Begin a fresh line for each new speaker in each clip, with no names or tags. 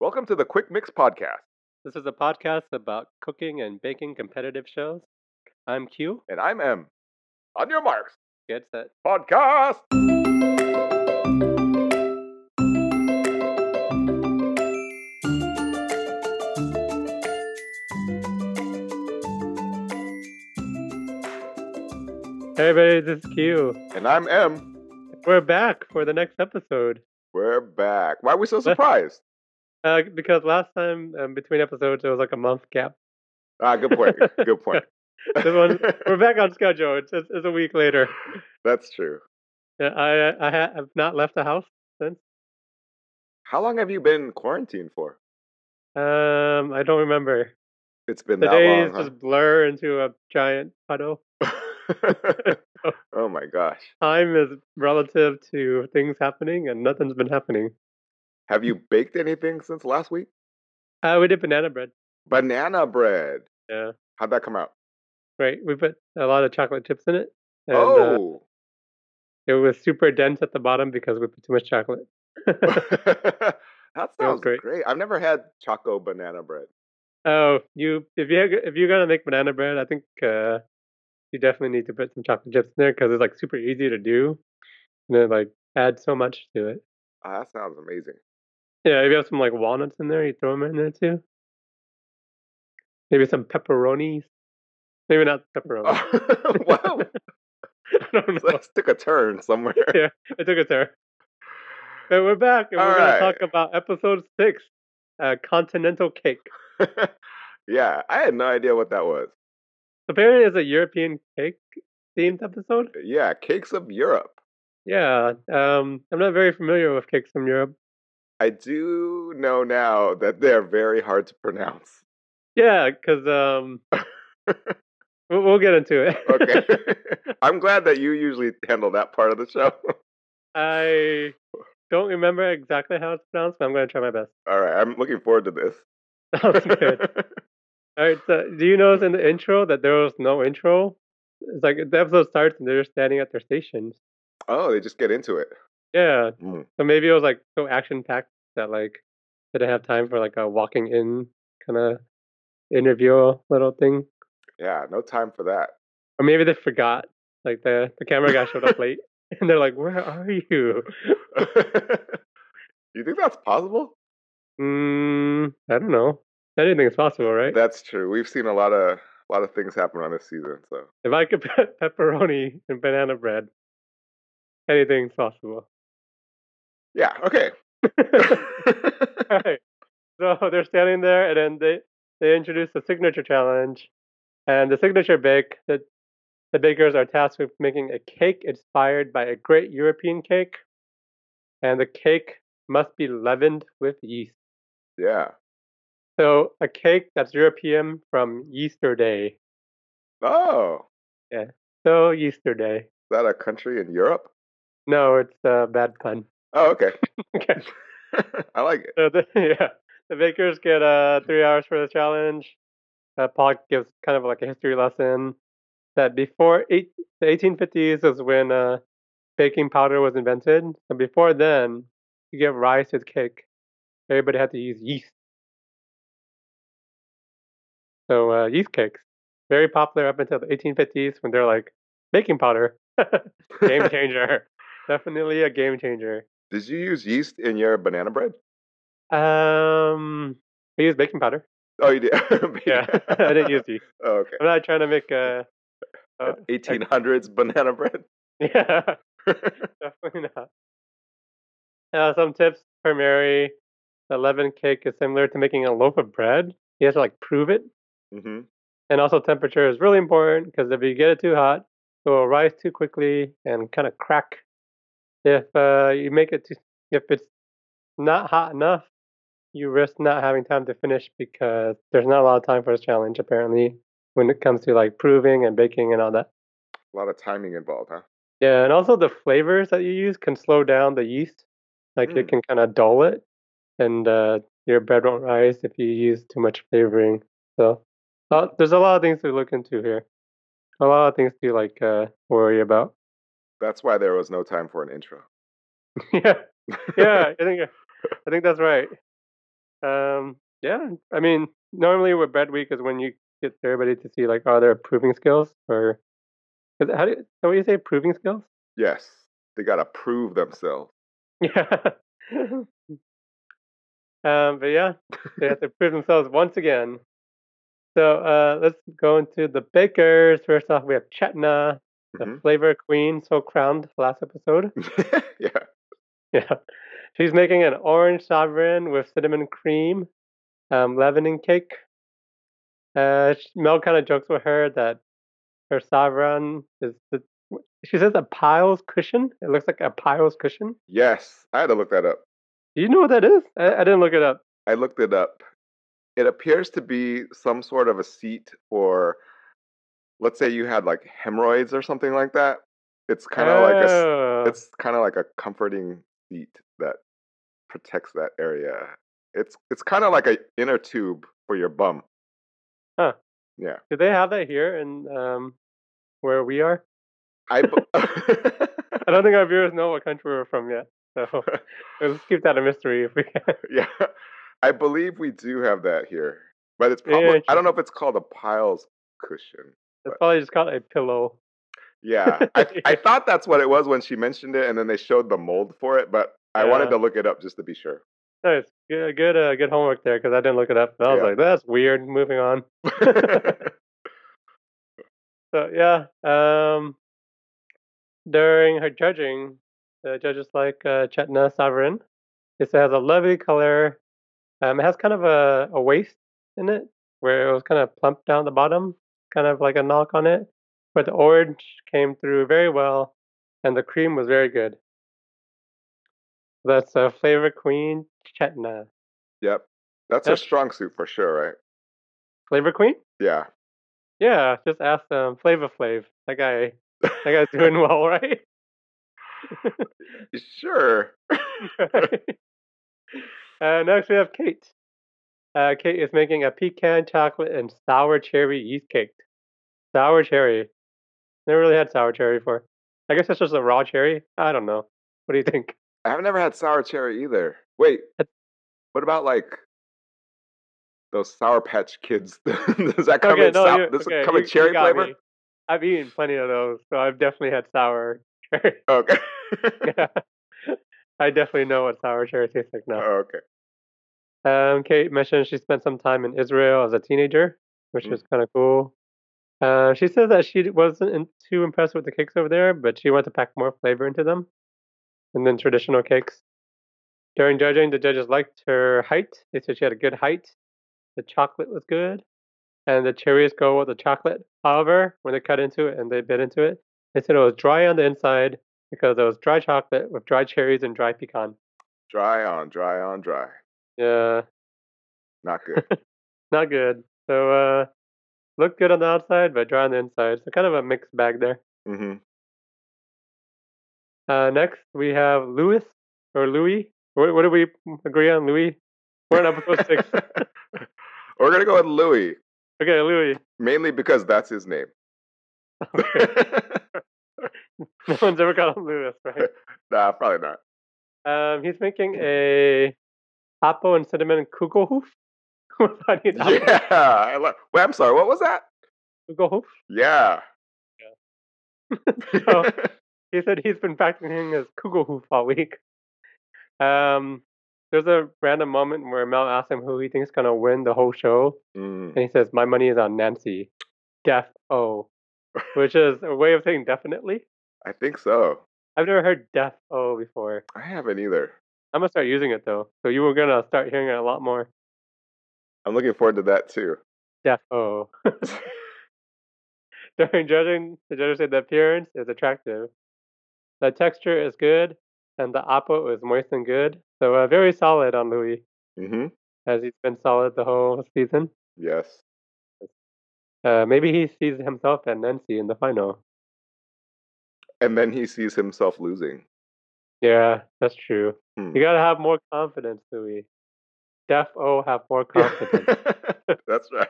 Welcome to the Quick Mix Podcast,
This is a podcast about cooking and baking competitive shows. I'm Q.
and I'm M. On your marks,
Get set.
podcast!
Hey everybody, this is Q.
And I'm M.
We're back for the next episode.
We're back. Why are we so surprised?
Uh, because last time, um, between episodes, there was like a month gap.
ah, good point. Good point.
This one, we're back on schedule. It's, it's, it's a week later.
That's true.
Yeah, I I I ha- have not left the house since.
How long have you been quarantined for?
Um, I don't remember.
It's been
The
that
days
long.
just blur into a giant puddle.
huh? oh my gosh.
Time is relative to things happening, and nothing's been happening.
Have you baked anything since last week?
Uh, we did banana bread.
Banana bread.
Yeah.
How'd that come out?
Right. We put a lot of chocolate chips in it. And, uh,
oh!
it was super dense at the bottom because we put too much chocolate.
that sounds
great.
great. I've never had choco banana bread.
Oh, you if you if you're gonna make banana bread, I think uh, you definitely need to put some chocolate chips in there because it's like super easy to do, and it like adds so much to it.
Ah, that sounds amazing.
Yeah, if you have some like walnuts in there, you throw them in there too. Maybe some pepperonis. Maybe not pepperoni.
wow.
I don't know.
Let's took a turn somewhere.
I took it there. But we're back, and we're
Alright.
going to talk about episode six, uh, continental cake.
yeah, I had no idea what that was.
Apparently, it's a European cake themed episode.
Yeah, cakes of Europe.
Yeah, um, I'm not very familiar with cakes from Europe.
I do know now that they're very hard to pronounce.
Yeah, because um, we'll, we'll get into it.
Okay. I'm glad that you usually handle that part of the show.
I don't remember exactly how it's pronounced, but I'm going to try my best.
All right, I'm looking forward to this.
Sounds good. All right, so do you notice in the intro that there was no intro? It's like the episode starts and they're standing at their stations.
oh, they just get into it.
Yeah.
Mm.
So maybe it was like so action packed that like they didn't have time for like a walking in kind of interview little thing,
Yeah, no time for that.
or maybe they forgot. Like the the camera guy showed up late, and they're like, "Where are you?"
you think that's possible?
Mm, I don't know. Anything is possible, right?
That's true. We've seen a lot of a lot of things happen on this season, so
if I could put pepperoni and banana bread, anything's possible.
yeah, okay.
Alright. So they're standing there, and then they they introduce the signature challenge, and the signature bake that the bakers are tasked with making a cake inspired by a great European cake, and the cake must be leavened with yeast.
yeah.
So a cake that's European from Easter Day.
Oh,
So Easter Day.
is that a country in Europe?
No, it's a bad pun.
Oh, okay.
Okay.
I like it.
So the, yeah, the Bakers get uh three hours for the challenge. Uh, Paul gives kind of like a history lesson that before eight, the 1850s is when uh, baking powder was invented, and before then, to get rise to the cake, everybody had to use yeast. So uh, yeast cakes, very popular up until the 1850s when they're like baking powder, game changer, definitely a game changer.
Did you use yeast in your banana bread?
Um, I use baking powder.
Oh, you did.
Yeah, I didn't use uh, yeast.
Oh, okay.
I'm not trying to make a. Uh,
An 1800s banana bread.
yeah, definitely not. Uh, some tips for Mary: the leaven cake is similar to making a loaf of bread. You have to like prove it, Mm-hmm.
hmm
and also temperature is really important because if you get it too hot, it will rise too quickly and kind of crack. If uh, you make it too, if it's not hot enough, you risk not having time to finish because there's not a lot of time for this challenge apparently when it comes to like proving and baking and all that.
A lot of timing involved, huh?
Yeah, and also the flavors that you use can slow down the yeast. Like it
Mm.
can kind of dull it, and uh, your bread won't rise if you use too much flavoring. So uh, there's a lot of things to look into here. A lot of things to like uh, worry about.
That's why there was no time for an intro.
uh, yeah, yeah. I think I think that's right. Um, yeah, I mean, normally with bed week is when you get everybody to see like are there proving skills or is it- how do you, is that what you say proving skills?
Yes, they got to prove themselves.
Yeah. um, but yeah, they have to prove themselves once again. So uh, let's go into the bakers. First off, we have Chetna, the
Mhm.
flavor queen, so crowned last episode.
yeah.
Yeah. She's making an orange sovereign with cinnamon cream, um, leavening cake. Uh, sh- Mel kind of jokes with her that her sovereign is, the, she says a pile's cushion. It looks like a pile's cushion.
Yes, I had to look that up.
Do you know what that is? I, I didn't look it up.
I looked it up. It appears to be some sort of a seat for, let's say you had like hemorrhoids or something like that. It's kind of like a, s-
Oh.
it's kind of like a comforting seat that protects that area. It's it's kind of like a inner tube for your bum.
Do they have that here in um, where we are?
I bu-
I don't think our viewers know what country we're from yet. So let's keep that a mystery if we can.
yeah, I believe we do have that here, but it's probably I don't know if it's called a piles cushion.
It's probably just called a pillow.
Yeah, I, I thought that's what it was when she mentioned it, and then they showed the mold for it. But I wanted
Yeah.
to look it up just to be sure.
Nice. Good, good, uh, good homework there because I didn't look it up. I was
Yeah.
like, that's weird. Moving on. So yeah, um, during her judging, the judges like uh, Chetna Sovereign. It has a lovely color. Um, it has kind of a, a waist in it where it was kind of plump down the bottom, kind of like a knock on it. But the orange came through very well, and the cream was very good. That's uh, Flavor Queen Chetna.
yep, that's her
That's-
strong suit for sure, right?
Flavor Queen?
Yeah,
Yeah, just ask them. Flavor Flav. That guy, that guy's doing well, right?
sure.
uh, next, we have Kate. Uh, Kate is making a pecan chocolate and sour cherry yeast cake. Sour cherry. Never really had sour cherry before. I guess that's just a raw cherry. I don't know. What do you think?
I've never had sour cherry either. Wait,
That-
what about like those Sour Patch Kids? Does that come in?
you-
sour, does it come
you-
in
you
cherry
got
flavor?
me. I've eaten plenty of those, so I've definitely had sour cherry.
Okay.
I definitely know what sour cherry tastes like now.
okay.
Um, Kate mentioned she spent some time in Israel as a teenager, which
Mm.
was kind of cool. Uh, she says that she wasn't in, too impressed with the cakes over there, but she wanted to pack more flavor into them, and then traditional cakes. During judging, the judges liked her height. They said she had a good height. The chocolate was good, and the cherries go with the chocolate. However, when they cut into it and they bit into it, they said it was dry on the inside because it was dry chocolate with dry cherries and dry pecan.
Dry on, dry on, dry.
Yeah.
Not good.
not good. So uh looked good on the outside, but dry on the inside. So kind of a mixed bag there.
hmm
Uh next we have Louis or Louis. What, what do we agree on, Louis? We're on episode six.
We're gonna go with Louis
Okay, Louis.
mainly because that's his name.
No one's ever called him Louis, right?
nah, probably not.
Um he's making a apple and cinnamon kugelhoof. Without an apple
Yeah. I lo- Wait, I'm sorry. What was that?
kugelhoof.
Yeah.
So- He said he's been practicing his kugelhoof all week. Um there's a random moment where Mel asks him who he thinks is gonna win the whole show.
Mm.
and he says, "My money is on Nancy." Def O, which is a way of saying definitely.
I think so.
I've never heard Def O before.
I haven't either.
I'm gonna start using it though, so you were gonna start hearing it a lot more.
I'm looking forward to that too.
Def O. During judging, the judges said the appearance is attractive, the texture is good, and the apple is moist and good. So uh, very solid on Louis,
hmm
as he's been solid the whole season.
Yes.
Uh, maybe he sees himself and Nancy in the final.
And then he sees himself losing.
Yeah, that's true.
Hmm.
You gotta have more confidence, Louis. Def O have more confidence.
That's right.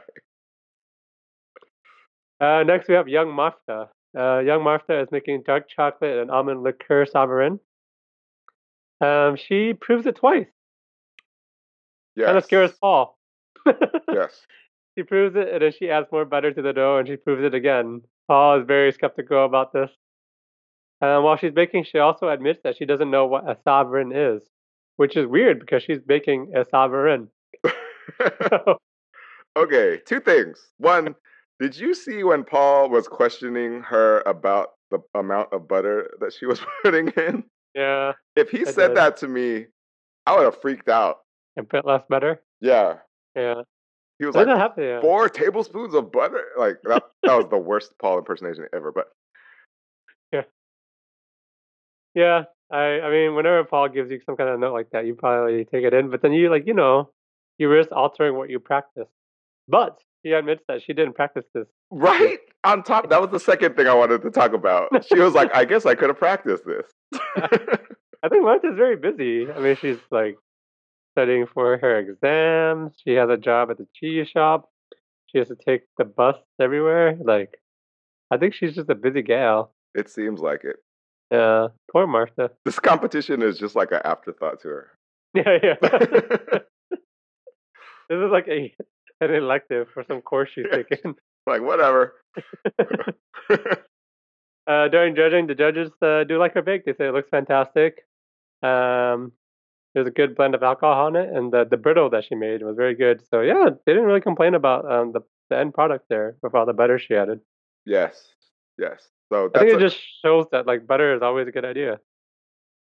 uh, next, we have Young Mafta. Uh, Young Mafta is making dark chocolate and almond liqueur sovereign. Um, she proves it twice.
Yes.
Kind of scares Paul.
Yes.
she proves it, and then she adds more butter to the dough, and she proves it again. Paul is very skeptical about this. And while she's baking, she also admits that she doesn't know what a sovereign is, which is weird because she's baking a sovereign. So,
okay, two things. One, did you see when Paul was questioning her about the amount of butter that she was putting in?
yeah,
If he
I
said
did.
that to me, I would have freaked out.
and put less butter.
Yeah.
Yeah,
He was
doesn't
like,
happen. Yeah.
four tablespoons of butter. Like that that was the worst Paul impersonation ever. But
Yeah, I I mean, whenever Paul gives you some kind of note like that, you probably take it in, but then you like you know, you risk altering what you practice. But she admits that she didn't practice this.
right on top, that was the second thing I wanted to talk about. She was like, I guess I could have practiced this.
I think Martha's very busy. I mean, she's like studying for her exams. She has a job at the cheese shop. She has to take the bus everywhere. Like, I think she's just a busy gal.
it seems like it.
Yeah, poor Martha.
This competition is just like an afterthought to her.
Yeah, yeah. this is like a an elective for some course she's
Yeah.
taking.
like, whatever.
uh, during judging, the judges uh, do like her bake. They say it looks fantastic. Um, there's a good blend of alcohol on it, and the, the brittle that she made was very good. So yeah, they didn't really complain about um, the the end product there with all the butter she added.
Yes. Yes. So
I
that's
think
a-
it just shows that like butter is always a good idea.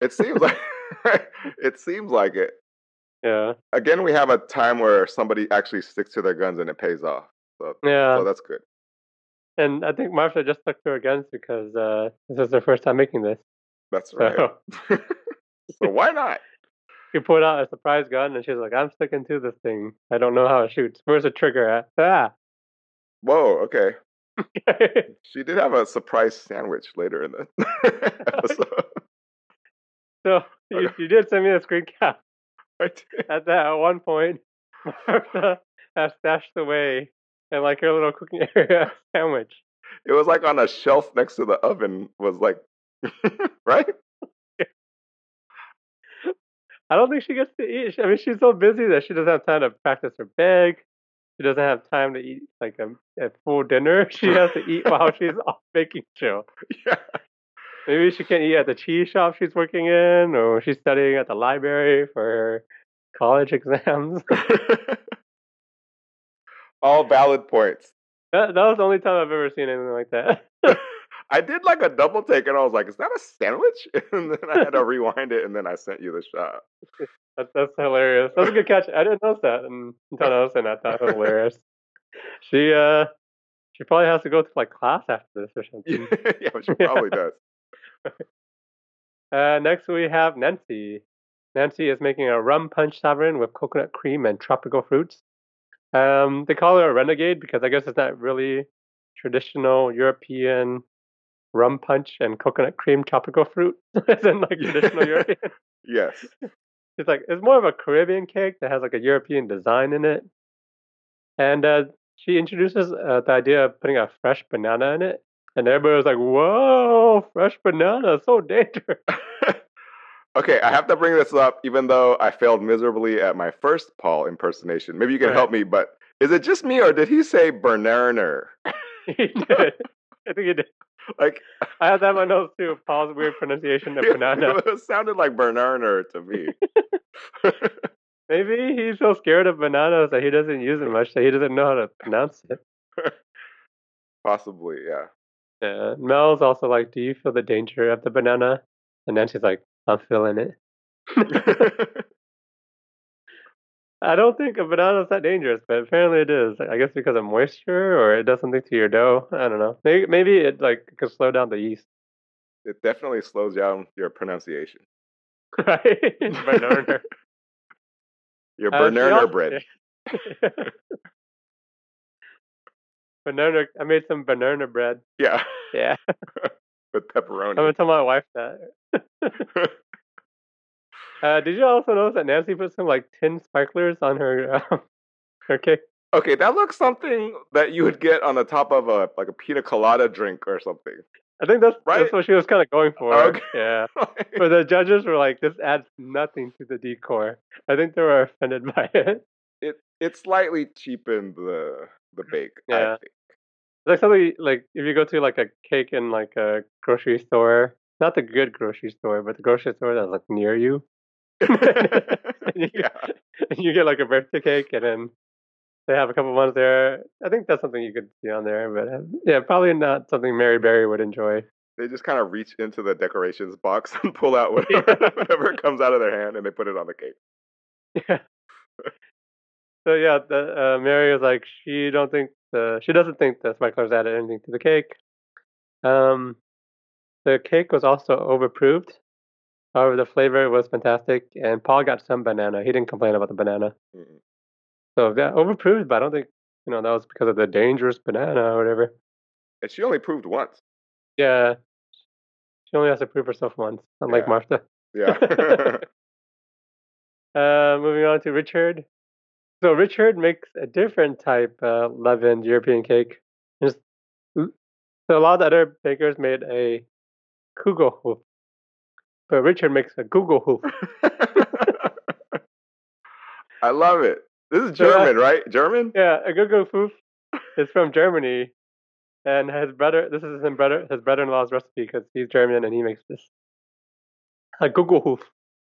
it seems like it seems like it.
Yeah,
Again, we have a time where somebody actually sticks to their guns and it pays off. So
yeah.
so that's good.
and I think Marsha just stuck to her guns because uh, this is her first time making this.
That's
So
right. so why not?
she pulled out a surprise gun, and she's like, "I'm sticking to this thing. I don't know how it shoots. Where's the trigger at?" Ah.
Whoa, okay. She did have a surprise sandwich later in the episode.
so you, you did send me a screen cap.
I did.
at that at one point Martha has stashed away in like her little cooking area a sandwich.
It was like on a shelf next to the oven was like right?
I don't think she gets to eat. I mean, she's so busy that she doesn't have time to practice her bag. She doesn't have time to eat like a, a full dinner. She has to eat while she's off baking show.
Yeah.
Maybe she can't eat at the cheese shop she's working in, or she's studying at the library for her college exams.
All valid points.
that, that was the only time I've ever seen anything like that.
I did like a double take and I was like, is that a sandwich? And then I had to rewind it and then I sent you the shot.
That, that's hilarious. That's a good catch. I didn't notice that and- until I noticed it. and I thought it was hilarious. She uh, she probably has to go to like class after this or something.
yeah, but she probably does.
Uh, next we have Nancy. Nancy is making a rum punch sovereign with coconut cream and tropical fruits. Um, they call her a renegade because I guess it's not really traditional European rum punch and coconut cream tropical fruit isn't like traditional European.
Yes.
It's like it's more of a Caribbean cake that has like a European design in it. And uh, she introduces uh, the idea of putting a fresh banana in it, and everybody was like, "Whoa, fresh banana, so dangerous!"
Okay, I have to bring this up, even though I failed miserably at my first Paul impersonation. Maybe you can
Right.
help me, but is it just me or did he say Bernerner?
he did. I think he did.
Like,
I had that in my notes too. Paul's weird pronunciation of banana.
it sounded like Bernerner to me.
Maybe he's so scared of bananas that he doesn't use it much, that he doesn't know how to pronounce it.
Possibly, yeah.
Yeah. Mel's also like, "Do you feel the danger of the banana?" And then she's like, "I'm feeling it." I don't think a banana is that dangerous, but apparently it is. I guess because of moisture or it does something to your dough. I don't know. Maybe, maybe it like could slow down the yeast,
it definitely slows down your pronunciation.
right? Banana.
Your
Uh, she
Bernerner
also-
bread.
banana. I made some banana bread.
Yeah,
Yeah,
with
I'm gonna
pepperoni.
tell my wife that. uh, did you also notice that Nancy put some like tin sparklers on her um, her cake?
Okay, that looks something that you would get on the top of a like a pina colada drink or something.
I think that's
Right?
that's what she was kind of going for.
Okay.
Yeah. But the judges were like, this adds nothing to the decor. I think they were offended by it.
it it slightly cheapened the the bake. I
Yeah.
think.
It's like something like if you go to like a cake in like a grocery store, not the good grocery store, but the grocery store that's like near you,
yeah.
and you get like a birthday cake, and then they have a couple ones there. I think that's something you could see on there, but uh, yeah, probably not something Mary Berry would enjoy.
They just kind of reach into the decorations box and pull out whatever, whatever comes out of their hand and they put it on the cake.
So yeah, the, uh, Mary was like, she don't think the she doesn't think the Smiklers added anything to the cake. Um, the cake was also overproved. However, the flavor was fantastic, and Paul got some banana. He didn't complain about the banana.
Mm.
So that overproved, but I don't think you know that was because of the dangerous banana or whatever.
And she only proved once.
Yeah, she only has to prove herself once, unlike
Yeah.
Martha.
Yeah.
Uh, moving on to Richard. So Richard makes a different type uh, leavened European cake. Just- so a lot of the other bakers made a kugelhoof, but Richard makes a kugelhoof.
I love it. This is
So, uh,
German, right? German?
yeah, a kugelhoof is from Germany, and his brother. This is his brother. His brother-in-law's recipe because he's German and he makes this. A kugelhoof.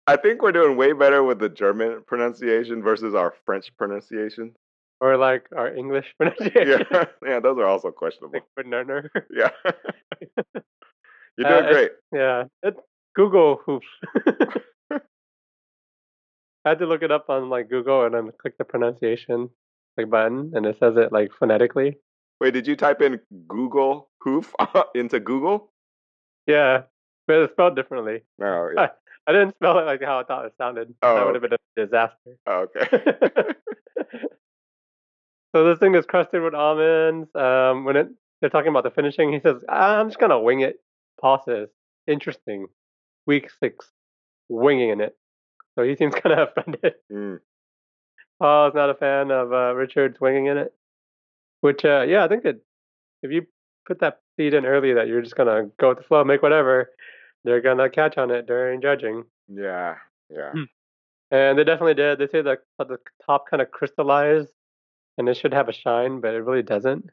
I think we're doing way better with the German pronunciation versus our French pronunciation.
or like our English pronunciation.
Yeah. yeah, those are also questionable.
Like banana.
Yeah. You're doing
Uh,
great.
Yeah, it's Google hoof. I had to look it up on like Google and then click the pronunciation like button, and it says it like phonetically.
Wait, did you type in Google hoof into Google?
Yeah, but it's spelled differently.
No.
Ah. I didn't spell it like how I thought it sounded.
Oh.
That would have been a disaster.
Oh, okay.
so this thing is crusted with almonds. Um, when it, they're talking about the finishing, he says, "I'm just gonna wing it." Paul says, "Interesting." Week six, winging it. So he seems kind of offended.
Mm.
Paul's not a fan of uh, Richard's winging in it. Which, uh, yeah, I think that if you put that seed in early, that you're just gonna go with the flow, make whatever. They're gonna catch on it during judging.
Yeah. Yeah.
And they definitely did. They say the that the top kind of crystallized, and it should have a shine, but it really doesn't.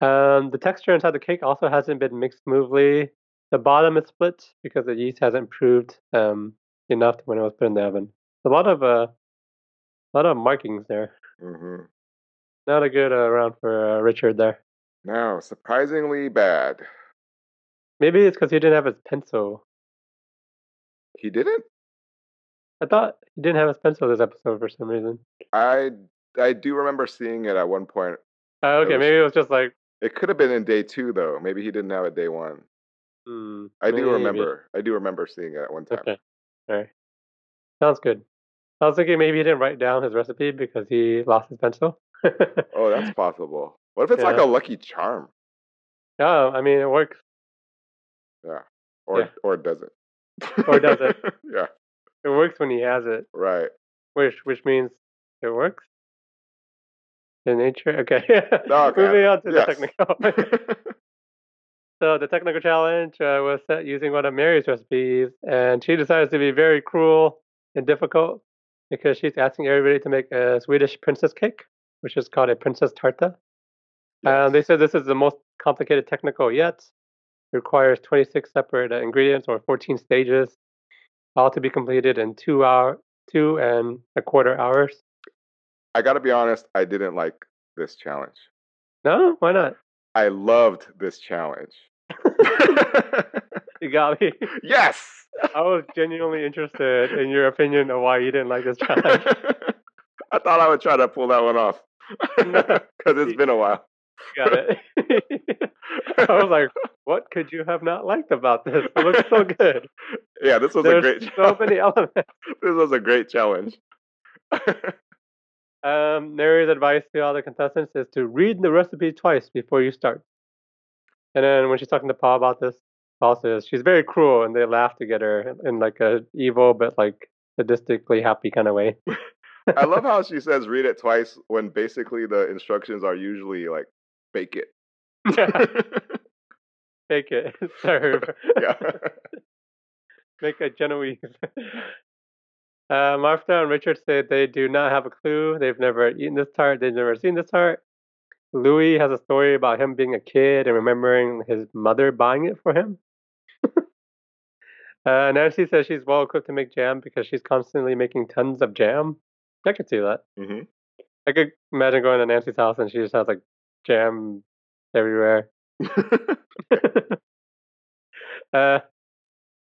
Um, the texture inside the cake also hasn't been mixed smoothly. The bottom is split because the yeast hasn't proved um, enough when it was put in the oven. A lot of uh, a lot of markings there.
hmm
Not a good uh, round for uh, Richard there.
No, surprisingly bad.
Maybe it's because he didn't have his pencil.
He didn't.
I thought he didn't have his pencil this episode for some reason.
I I do remember seeing it at one point.
Uh, okay,
was-
maybe it was just like.
It could have been in day two though. Maybe he didn't have it day one.
Hmm,
I do
maybe.
remember. I do remember seeing it at one time.
Okay. All right. Sounds good. I was thinking maybe he didn't write down his recipe because he lost his pencil.
Oh, that's possible. What if it's like
Yeah.
a lucky charm?
Oh, I mean, it works.
Or
Yeah.
or does it?
Or does it?
yeah.
It works when he has it,
Right.
which which means it works. The nature. Okay.
No, okay.
Moving on to
Yes.
the technical. so the technical challenge uh, was set using one of Mary's recipes, and she decides to be very cruel and difficult because she's asking everybody to make a Swedish princess cake, which is called a princess tarta. Um, they
Yes.
said this is the most complicated technical yet. It requires 26 separate uh, ingredients or 14 stages, all to be completed in two hour, two and a quarter hours.
I gotta be honest. I didn't like this challenge.
No, why not?
I loved this challenge.
You got me.
yes.
I was genuinely interested in your opinion of why you didn't like this challenge.
I thought I would try to pull that one off
No.
because it's been a while.
got it. I was like, what could you have not liked about this? It looks so good.
Yeah, this was a
There's
great.
so
challenge.
many elements.
This was a great challenge.
Um, Mary's advice to all the contestants is to read the recipe twice before you start. And then when she's talking to Paul about this, Paul says she's very cruel, and they laugh together in like a evil but like sadistically happy kind of way.
I love how she says "read it twice" when basically the instructions are usually like "bake it."
Bake shake it, serve.
Yeah.
Make a Genoese. Uh, Martha and Richard say they do not have a clue. They've never eaten this tart. They've never seen this tart. Louis has a story about him being a kid and remembering his mother buying it for him. uh, Nancy says she's well equipped to make jam because she's constantly making tons of jam. I could see that.
hmm
I could imagine going to Nancy's house and she just has like jam everywhere. uh,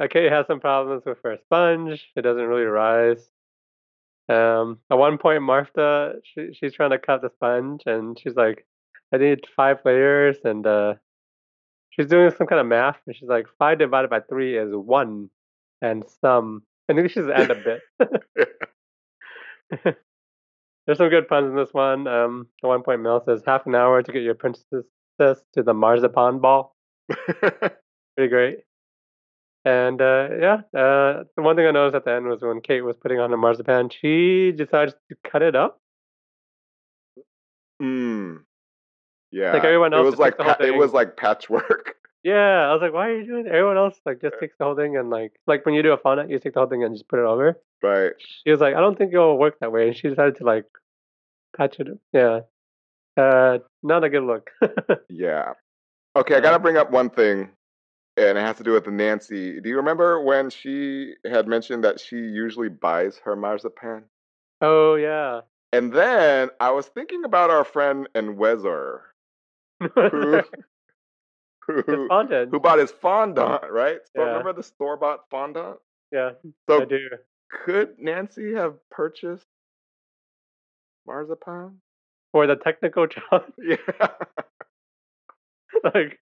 okay, has some problems with her sponge. It doesn't really rise. Um, at one point, Martha she, she's trying to cut the sponge, and she's like, "I need five layers," and uh, she's doing some kind of math, and she's like, five divided by three is one, and some." I think she's and a bit. There's some good puns in this one. Um, at one point, Mel says, "Half an hour to get your princess to the marzipan ball."
Mm-hmm.
pretty great. And uh, yeah, uh, the one thing I noticed at the end was when Kate was putting on her marzipan, she decides to cut it up.
mm. Yeah.
everyone else
it was
just took
like
the whole
pa- it was
thing.
like patchwork.
Yeah, I was like, why are you doing? That? Everyone else like just takes the whole thing and like like when you do a fondant, you take the whole thing and just put it over.
Right.
She was like, I don't think it'll work that way, and she decided to like patch it. Yeah, uh, not a good look.
Yeah. Okay, I
Yeah.
gotta bring up one thing, and it has to do with Nancy. Do you remember when she had mentioned that she usually buys her marzipan?
oh yeah.
And then I was thinking about our friend and Wezer, who,
It's
who,
fondant.
who bought his fondant, right? So
Yeah.
remember the store bought fondant?
Yeah, I
So
do.
could Nancy have purchased marzipan?
For the technical challenge.
Yeah.
like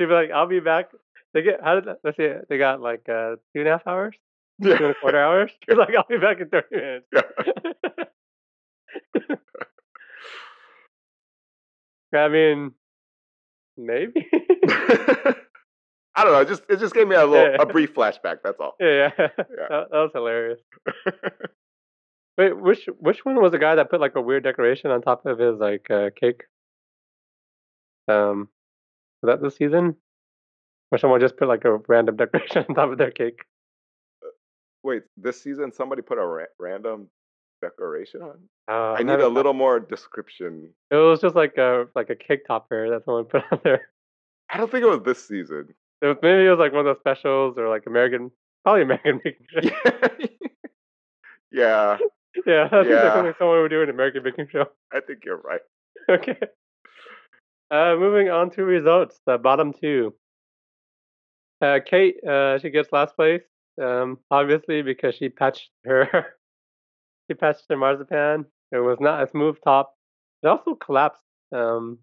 she'd be like, "I'll be back." They get how did that, let's see, they got like uh, two and a half hours, two and
yeah.
a quarter hours. She's like, "I'll be back in thirty minutes."
Yeah.
I mean, maybe.
I don't know. It just it just gave me a little
Yeah.
a brief flashback. That's all.
yeah, That, that was hilarious. Wait, which which one was the guy that put like a weird decoration on top of his like uh, cake? Um, was that this season? Or someone just put like a random decoration on top of their cake?
Wait, this season somebody put a ra- random decoration on.
Uh,
I need
haven't-
a little more description.
It was just like a like a cake topper that someone put on there.
I don't think it was this season.
It was, maybe it was like one of the specials or like American, probably American Baking Show.
yeah,
yeah, that seems like
Yeah.
something someone would do in American Baking Show.
I think you're right.
okay. Uh, moving on to results, the bottom two. Uh, Kate, uh, she gets last place, um, obviously because she patched her, she patched her marzipan. It was not a smooth top. It also collapsed. Um,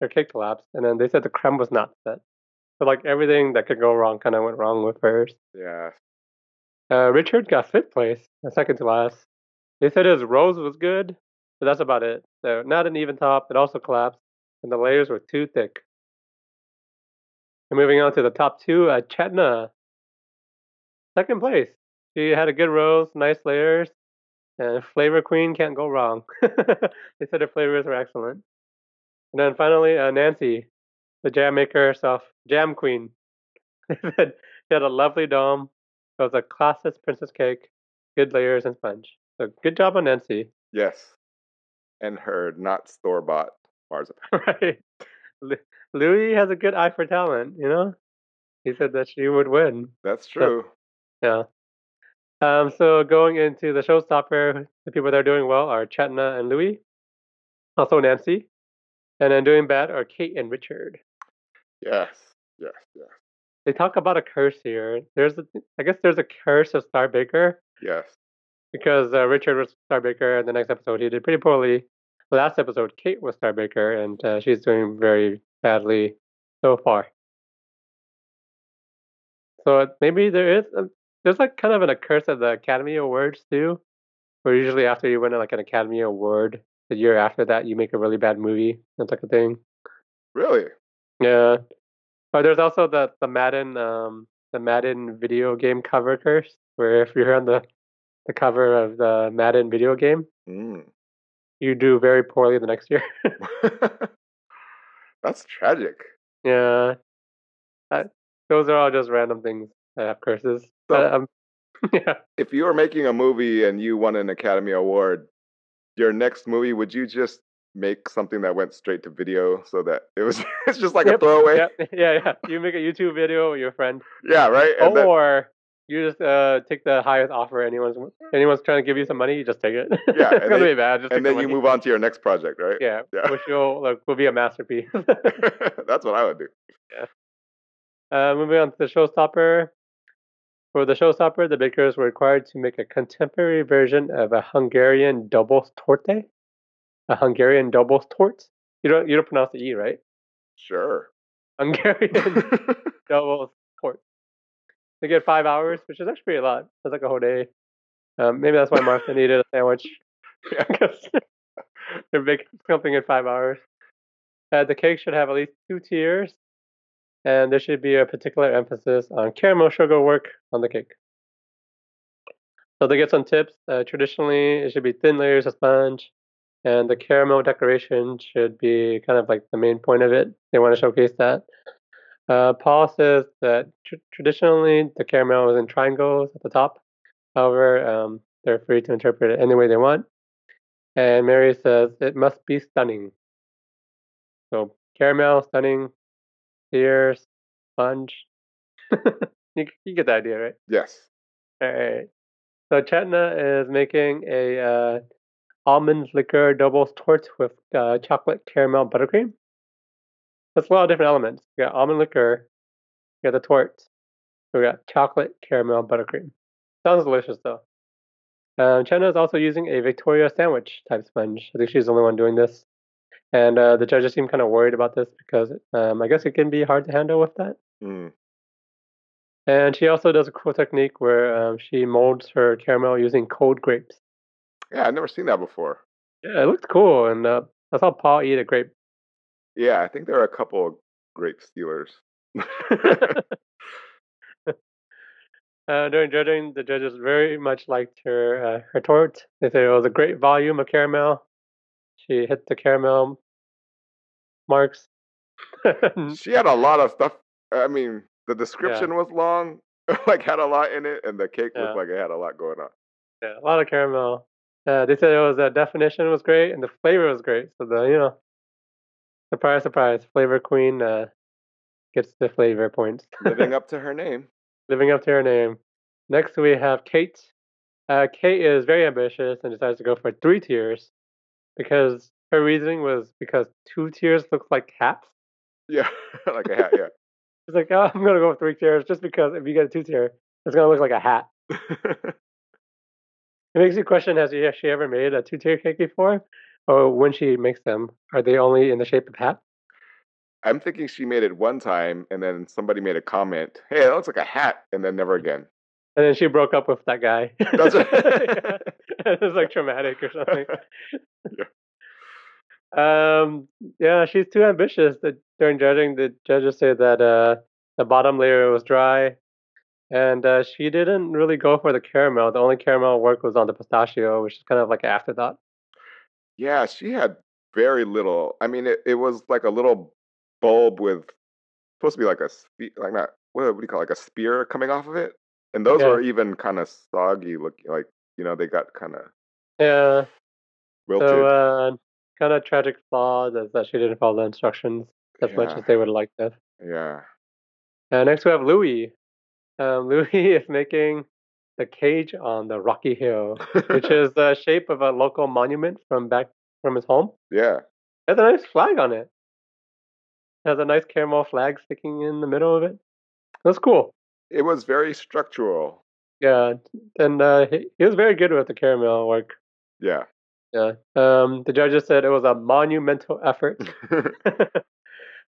her cake collapsed, and then they said the creme was not set. So like everything that could go wrong kind of went wrong with hers.
Yeah.
Uh, Richard got fifth place, the second to last. They said his rose was good, but that's about it. So not an even top. It also collapsed, and the layers were too thick. And moving on to the top two, uh, Chetna, second place. She had a good rose, nice layers, and Flavor Queen can't go wrong. they said her flavors were excellent. And then finally, uh, Nancy, the jam maker herself, Jam Queen. They said she had a lovely dome, it was a classless princess cake, good layers and sponge. So good job on Nancy.
Yes. And her not store bought marzipan.
right. Lu- Louis has a good eye for talent, you know? He said that she would win.
That's true.
Yeah. Um, so going into the showstopper, the people that are doing well are Chetna and Louis, also Nancy. And then doing bad are Kate and Richard.
Yes. Yes. Yes.
They talk about a curse here. There's, a, I guess, there's a curse of Star Baker.
Yes.
because uh, Richard was Star Baker, and the next episode he did pretty poorly. The last episode, Kate was Star Baker, and uh, she's doing very badly so far. So it- maybe there is a, there's like kind of an a curse of the Academy Awards too, where usually after you win like an Academy Award, the year after that you make a really bad movie, that type of thing.
Really?
Yeah. But there's also the the Madden um the Madden video game cover curse where if you're on the the cover of the Madden video game,
Mm.
you do very poorly the next year.
That's tragic.
yeah. I, those are all just random things. I have curses. But, um, yeah.
If you were making a movie and you won an Academy Award, your next movie would you just make something that went straight to video so that it was it's just like a
Yep,
throwaway?
Yeah, yeah, yeah. You make a YouTube video with your friend,
Yeah, right. And
Oh,
then-
or you just uh, take the highest offer. Anyone's anyone's trying to give you some money, you just take it.
Yeah, and
it's gonna
then-
be bad. Just take
and
the
then you
money.
move on to your next project, right?
Yeah,
Yeah.
which will like will be a masterpiece.
That's what I would do.
Uh, moving on to the showstopper. For the showstopper, the bakers were required to make a contemporary version of a Hungarian double torte. A Hungarian double tort. You don't you don't pronounce the e, right?
Sure.
Hungarian double tort. They get five hours, which is actually a lot. That's like a whole day. Um, maybe that's why Martha needed a sandwich.
Yeah.
Because they're making something in five hours. Uh, the cake should have at least two tiers, and there should be a particular emphasis on caramel sugar work on the cake. So they get some tips. Uh, traditionally, it should be thin layers of sponge, and the caramel decoration should be kind of like the main point of it. They want to showcase that. Uh, Paul says that tr- traditionally the caramel is in triangles at the top. However, um, they're free to interpret it any way they want. And Mary says it must be stunning. So caramel, stunning, tears, sponge. you, you get the idea, right?
yes.
All right. So Chetna is making a uh, almond liquor double tort with uh, chocolate caramel buttercream. That's a lot of different elements. You got almond liqueur, you got the tort, we got chocolate caramel buttercream. Sounds delicious though. Um, Chetna is also using a Victoria sandwich type sponge. I think she's the only one doing this. And uh, the judges seem kind of worried about this because um, I guess it can be hard to handle with that.
Mm.
And she also does a cool technique where um, she molds her caramel using cold grapes.
Yeah, I've never seen that before.
Yeah, it looked cool, and uh, I saw Paul eat a grape.
Yeah, I think there are a couple of grape stealers.
Uh, during judging, the judges very much liked her uh, her tort. They said it was a great volume of caramel. She hit the caramel marks. Mm-hmm.
she had a lot of stuff. I mean, the description was long, like had a lot in it, and the cake
Yeah.
looked like it had a lot going on.
Yeah, a lot of caramel. Uh, they said it was the definition was great and the flavor was great. So the you know, surprise, surprise, flavor queen uh, gets the flavor points.
Living up to her name.
Living up to her name. Next we have Kate. Uh, Kate is very ambitious and decides to go for three tiers because her reasoning was because two tiers looks like hats.
Yeah, like a hat. Yeah.
She's like, oh, I'm gonna go with three tiers just because if you get a two tier, it's gonna look like a hat. It makes you question: Has she, has she ever made a two-tier cake before, or when she makes them, are they only in the shape of hat?
I'm thinking she made it one time, and then somebody made a comment, "Hey, that looks like a hat," and then never again.
And then she broke up with that guy.
That's right.
it was like traumatic or something.
Yeah.
Um, yeah, she's too ambitious. The, during judging, the judges say that uh, the bottom layer was dry, and uh, she didn't really go for the caramel. The only caramel work was on the pistachio, which is kind of like an afterthought.
Yeah, she had very little. I mean, it, it was like a little bulb with supposed to be like a spe- like not what, what do you call it, like a spear coming off of it, and those
Yeah.
were even kind of soggy looking. Like you know, they got kind of
Yeah.
wilted.
So, uh, kind of tragic flaw that, that she didn't follow the instructions as much
Yeah.
as they would have liked to.
yeah,
Uh, next, we have Louis. Um, Louis is making the cage on the rocky hill, which is the shape of a local monument from back from his home.
yeah,
It has a nice flag on it. It has a nice caramel flag sticking in the middle of it. That's cool.
it was very structural.
Yeah, and uh, he, he was very good with the caramel work.
Yeah,
Yeah. Um, the judges said it was a monumental effort.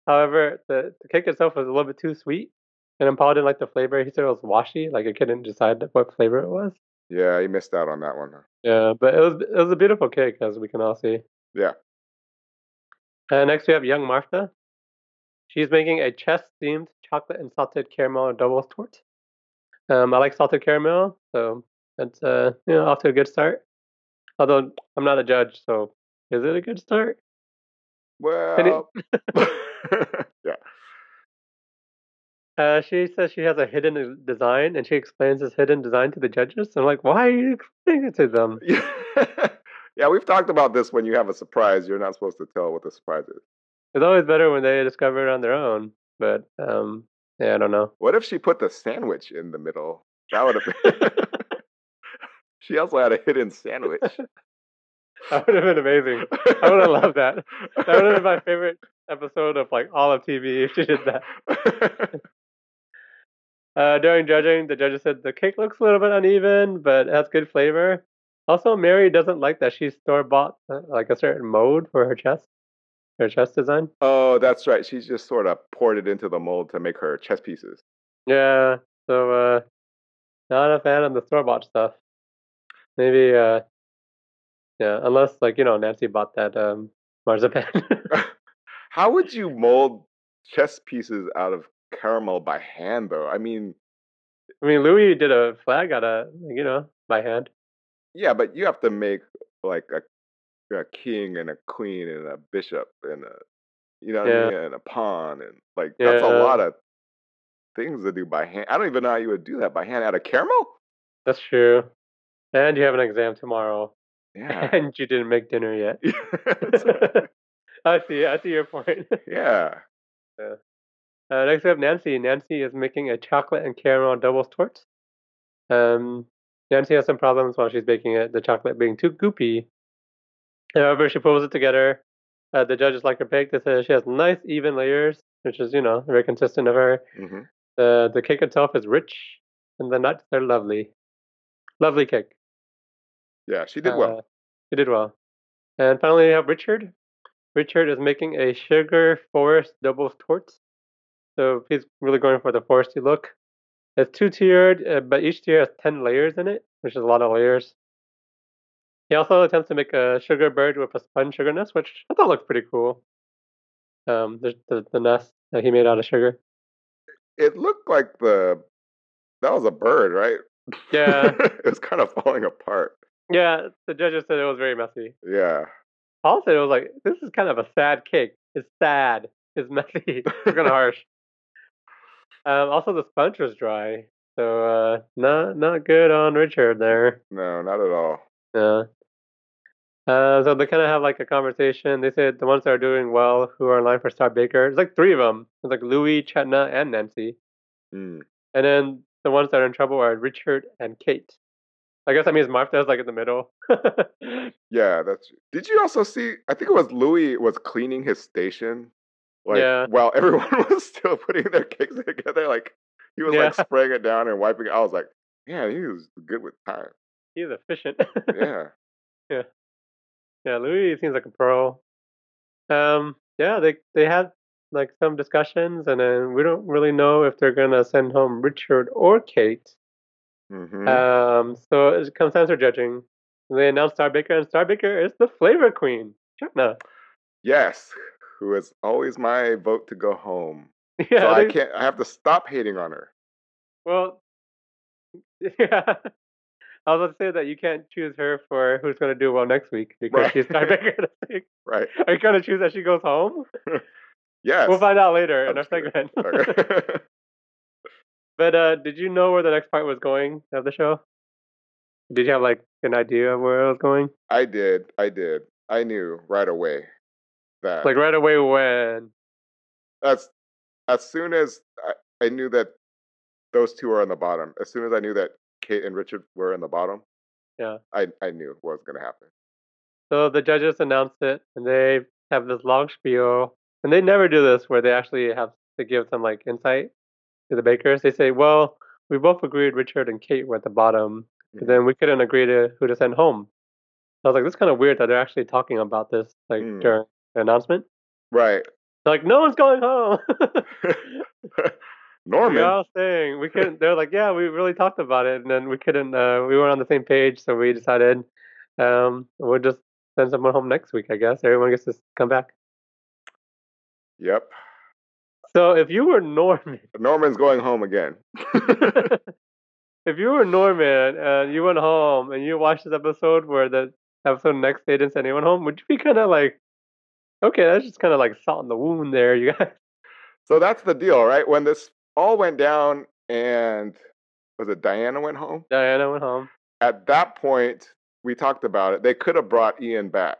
However, the, the cake itself was a little bit too sweet, and then Paul didn't like the flavor. He said it was washy, like I couldn't decide what flavor it was.
yeah, you missed out on that one. huh?
Yeah, but it was it was a beautiful cake, as we can all see.
Yeah.
Uh, next, we have young Martha. She's making a chess-themed chocolate and salted caramel double tort. Um, I like salted caramel, so that's uh, you know, off to a good start. Although I'm not a judge, so is it a good start?
Well, yeah,
Uh, she says she has a hidden uh, design, and she explains this hidden design to the judges. I'm like, why are you explaining it to them?
yeah, we've talked about this when you have a surprise, you're not supposed to tell what the surprise is.
It's always better when they discover it on their own. But um, yeah, I don't know.
What if she put the sandwich in the middle? That would have been. she also had a hidden sandwich.
That would have been amazing. I would have loved that. That would have been my favorite episode of like all of TV if she did that. Uh, during judging, the judges said the cake looks a little bit uneven, but has good flavor. Also, Mary doesn't like that she store bought uh, like a certain mode for her chest, her chest design.
oh, that's right. She just sort of poured it into the mold to make her chess pieces.
Yeah, so uh, not a fan of the store bought stuff. Maybe, uh, yeah, unless like you know Nancy bought that um, marzipan.
How would you mold chess pieces out of caramel by hand, though? I mean,
I mean, Louis did a flag out of you know by hand.
yeah, but you have to make like a, a king and a queen and a bishop and a, you know, what I
Yeah.
mean, and a pawn and like that's a
Yeah.
lot of things to do by hand. I don't even know how you would do that by hand out of caramel.
That's true. And you have an exam tomorrow,
Yeah.
and you didn't make dinner yet.
That's right.
I see. I see your point.
yeah.
Uh, next we have Nancy. Nancy is making a chocolate and caramel double torte. Um, Nancy has some problems while she's baking it, the chocolate being too goopy. However, she pulls it together. Uh, the judges like her bake. They say she has nice, even layers, which is, you know, very consistent of her. Uh,
hmm
The the cake itself is rich, and the nuts are lovely. Lovely cake.
Yeah. She did well.
Uh, you did well. And finally, we have Richard. Richard is making a sugar forest double torte. So he's really going for the foresty look. It's two tiered, uh, but each tier has 10 layers in it, which is a lot of layers. He also attempts to make a sugar bird with a spun sugar nest, which I thought looked pretty cool. Um, the, the, the nest that he made out of sugar.
It looked like the that was a bird, right?
Yeah,
it was kind of falling apart.
yeah, the judges said it was very messy.
Yeah.
Paul said it was like, this is kind of a sad cake. It's sad. It's messy. It's kind of harsh. Um, also, the sponge was dry, so uh, not not good on Richard there.
No, not at all.
Yeah. Uh, so they kind of have like a conversation. They said the ones that are doing well, who are in line for Star Baker, it's like three of them. It's like Louis, Chetna, and Nancy.
Mm.
And then the ones that are in trouble are Richard and Kate. I guess that means Martha's like in the middle.
Yeah, that's. Did you also see? I think it was Louis was cleaning his station, like
Yeah.
while everyone was still putting their cakes together. Like he was like
Yeah.
spraying it down and wiping. it. I was like, yeah, he was good with time.
He's efficient.
Yeah,
Yeah, Louis seems like a pro. Um, yeah, they they had like some discussions, and then we don't really know if they're gonna send home Richard or Kate.
hmm
Um, so it comes down to judging. They announced Star Baker, and Star Baker is the flavor queen. Chutna.
yes. Who is always my vote to go home?
Yeah,
so I
they-
can't. I have to stop hating on her.
well, yeah. I was gonna say that you can't choose her for who's gonna do well next week because
Right.
she's Star Baker. this week.
Right.
Are you gonna choose that she goes home?
Yes.
We'll find out later in
I'm
our
just kidding.
segment.
Okay.
But uh, did you know where the next part was going of the show? Did you have like an idea of where it was going?
I did. I did. I knew right away that
Like right away when?
as as soon as I, I knew that those two were on the bottom, as soon as I knew that Kate and Richard were in the bottom,
Yeah.
I I knew what was gonna happen.
So the judges announced it, and they have this long spiel, and they never do this where they actually have to give some like insight to the bakers. They say, "Well, we both agreed Richard and Kate were at the bottom, but
Mhm.
then we couldn't agree to who to send home." So I was like, "This kind of weird that they're actually talking about this like
Mm.
during the announcement."
Right,
They're like, "No one's going home."
Norman.
We all saying we couldn't. They're like, yeah, we really talked about it, and then we couldn't. Uh, we weren't on the same page, so we decided um, we'll just send someone home next week. I guess everyone gets to s- come back.
Yep,
So if you were Norman,
Norman's going home again.
if you were Norman and you went home and you watched this episode where the episode next day didn't send anyone home, would you be kind of like, okay, that's just kind of like salt in the wound there, you guys?
So that's the deal, right? When this all went down, and was it Diana went home?
Diana went home.
At that point, we talked about it. They could have brought Ian back,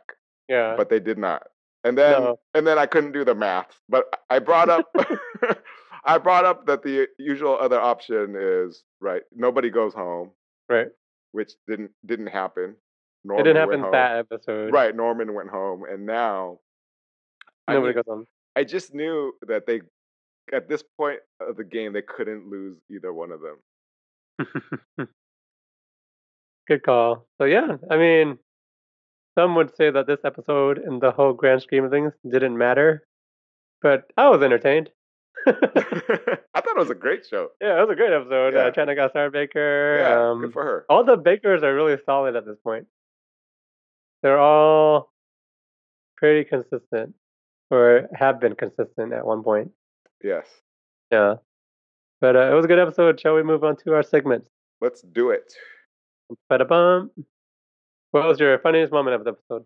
Yeah.
but they did not. And then
No.
and then I couldn't do the math, but I brought up I brought up that the usual other option is right. Nobody goes home,
right.
which didn't didn't happen.
It
Norman
didn't
went
happen
home.
that episode.
Right, Norman went home, and now I
Nobody
knew-
goes home.
I just knew that they, at this point of the game, they couldn't lose either one of them.
Good call. So yeah, I mean, some would say that this episode, in the whole grand scheme of things, didn't matter, but I was entertained. yeah, it
I thought it was a great show.
was a great episode.
Yeah.
Uh, China got Star Baker.
Yeah,
um,
good for her.
all the Bakers are really solid at this point. They're all pretty consistent, or have been consistent at one point.
Yes,
Yeah, but uh, it was a good episode. Shall we move on to our segments?
let's do it.
Ba-da-bum. What was your funniest moment of the episode?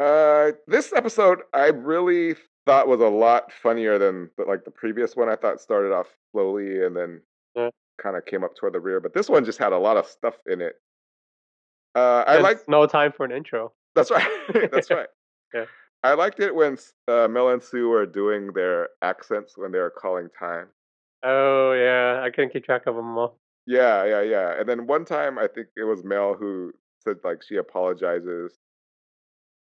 Uh, this episode I really thought was a lot funnier than the- like the previous one. I thought started off slowly and then
Yeah.
kind of came up toward the rear, but this one just had a lot of stuff in it. Uh, I
There's
like
no time for an intro.
That's right. That's right.
Yeah.
I liked it when uh, Mel and Sue were doing their accents when they were calling time.
Oh yeah, I couldn't keep track of them all.
Yeah, yeah, yeah. And then one time, I think it was Mel who said like she apologizes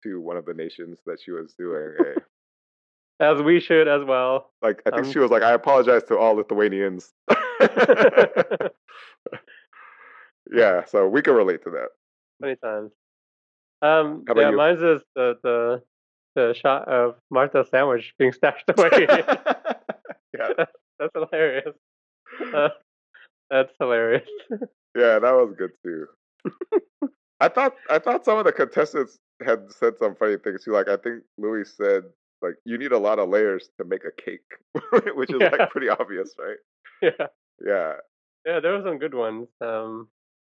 to one of the nations that she was doing. A,
As we should as well.
like I think
Um,
she was like, "I apologize to all Lithuanians."
Many
yeah, so we can relate to that.
times. Um,
How about
yeah,
you?
mine's is the the the shot of Martha's sandwich being stashed away.
yeah,
that's hilarious. Uh, that's hilarious.
Yeah, that was good too. I thought I thought some of the contestants had said some funny things too. Like I think Louis said like you need a lot of layers to make a cake, which is
Yeah.
like pretty obvious, right?
Yeah,
Yeah,
yeah, there were some good ones. Um,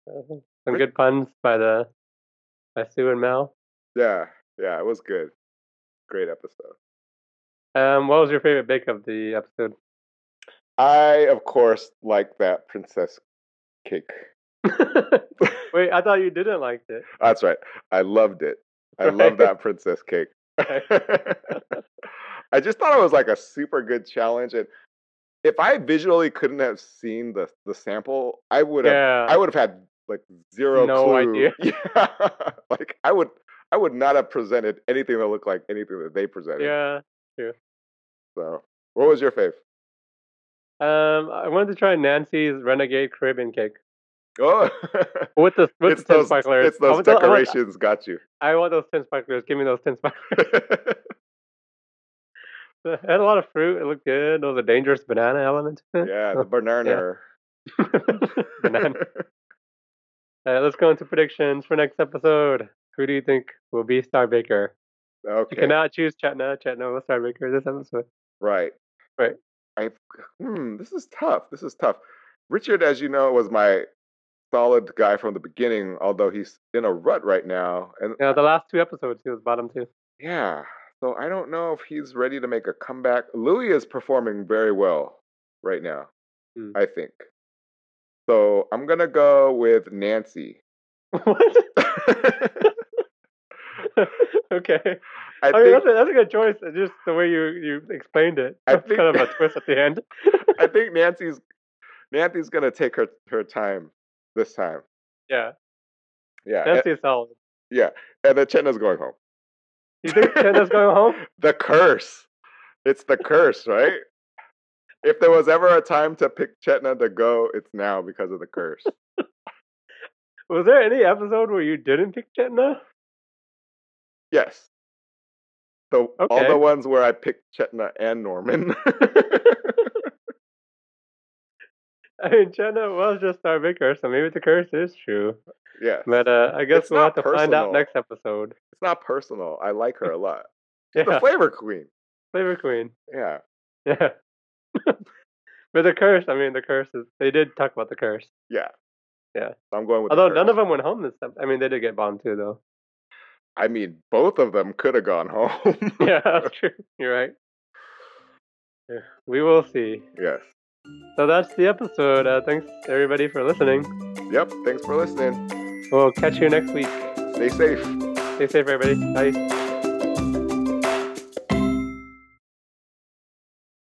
uh, some
Rick-
good puns by the by Sue and Mel.
yeah, yeah. It was good. Great episode.
Um, what was your favorite bake of the episode?
I of course like that princess cake.
Wait, I thought you didn't like it.
That's right. I loved it. I love
Right.
that princess cake.
Right.
I just thought it was like a super good challenge, and if I visually couldn't have seen the the sample, I would have
yeah.
I would have had like zero
No
clue.
idea.
Yeah, like I would I would not have presented anything that looked like anything that they presented.
yeah.
So, what was your fave?
Um, I wanted to try Nancy's Renegade Caribbean cake
Oh,
with the with
it's
the tin
those
sparklers.
it's those
I want the- I want-
decorations got you.
I want those tin sparklers. Give me those tin sparklers. it had a lot of fruit. It looked good. There was a dangerous banana element. to it.
yeah, the banana.
banana. All right, let's go into predictions for next episode. Who do you think will be Star Baker?
okay.
You cannot choose Chetna. Chetna was Star Baker this episode.
Right.
Right.
I hmm, this is tough. This is tough. Richard, as you know, was my solid guy from the beginning, although he's in a rut right now. And
Yeah, the last two episodes he was bottom two.
yeah. So I don't know if he's ready to make a comeback. Louis is performing very well right now,
Hmm.
I think. So I'm gonna go with Nancy.
what?
I
okay. I, mean,
think
that's, a, that's a good choice. uh, Just the way you, you explained it.
I
That's
think-
kind of a twist at the end.
I think Nancy's Nancy's gonna take her her time this time.
Yeah,
Yeah. and-
Nancy's solid.
Yeah, and then Chenna's going home.
You think Chenna's going home?
The curse. It's the curse, right? If there was ever a time to pick Chetna to go, it's now because of the curse.
Was there any episode where you didn't pick Chetna?
Yes. So all
Okay.
the ones where I picked Chetna and Norman.
I mean, Chetna was just Star Baker, so maybe the curse is true.
yes.
But uh, I guess
It's
we'll have
not
to find
personal.
out next episode.
It's not personal. I like her a lot. She's
Yeah,
The flavor queen.
Flavor Queen.
Yeah.
Yeah. but the curse, I mean, the curse is. They did talk about the curse.
Yeah.
Yeah.
So I'm going with
Although none of them went home this time. I mean, they did get bombed too, though.
I mean, both of them could have gone home.
yeah, that's true. You're right. Yeah, We will see.
yes.
So that's the episode. Uh, thanks everybody for listening.
Yep. Thanks for listening.
We'll catch you next week.
Stay safe.
Stay safe, everybody. Bye.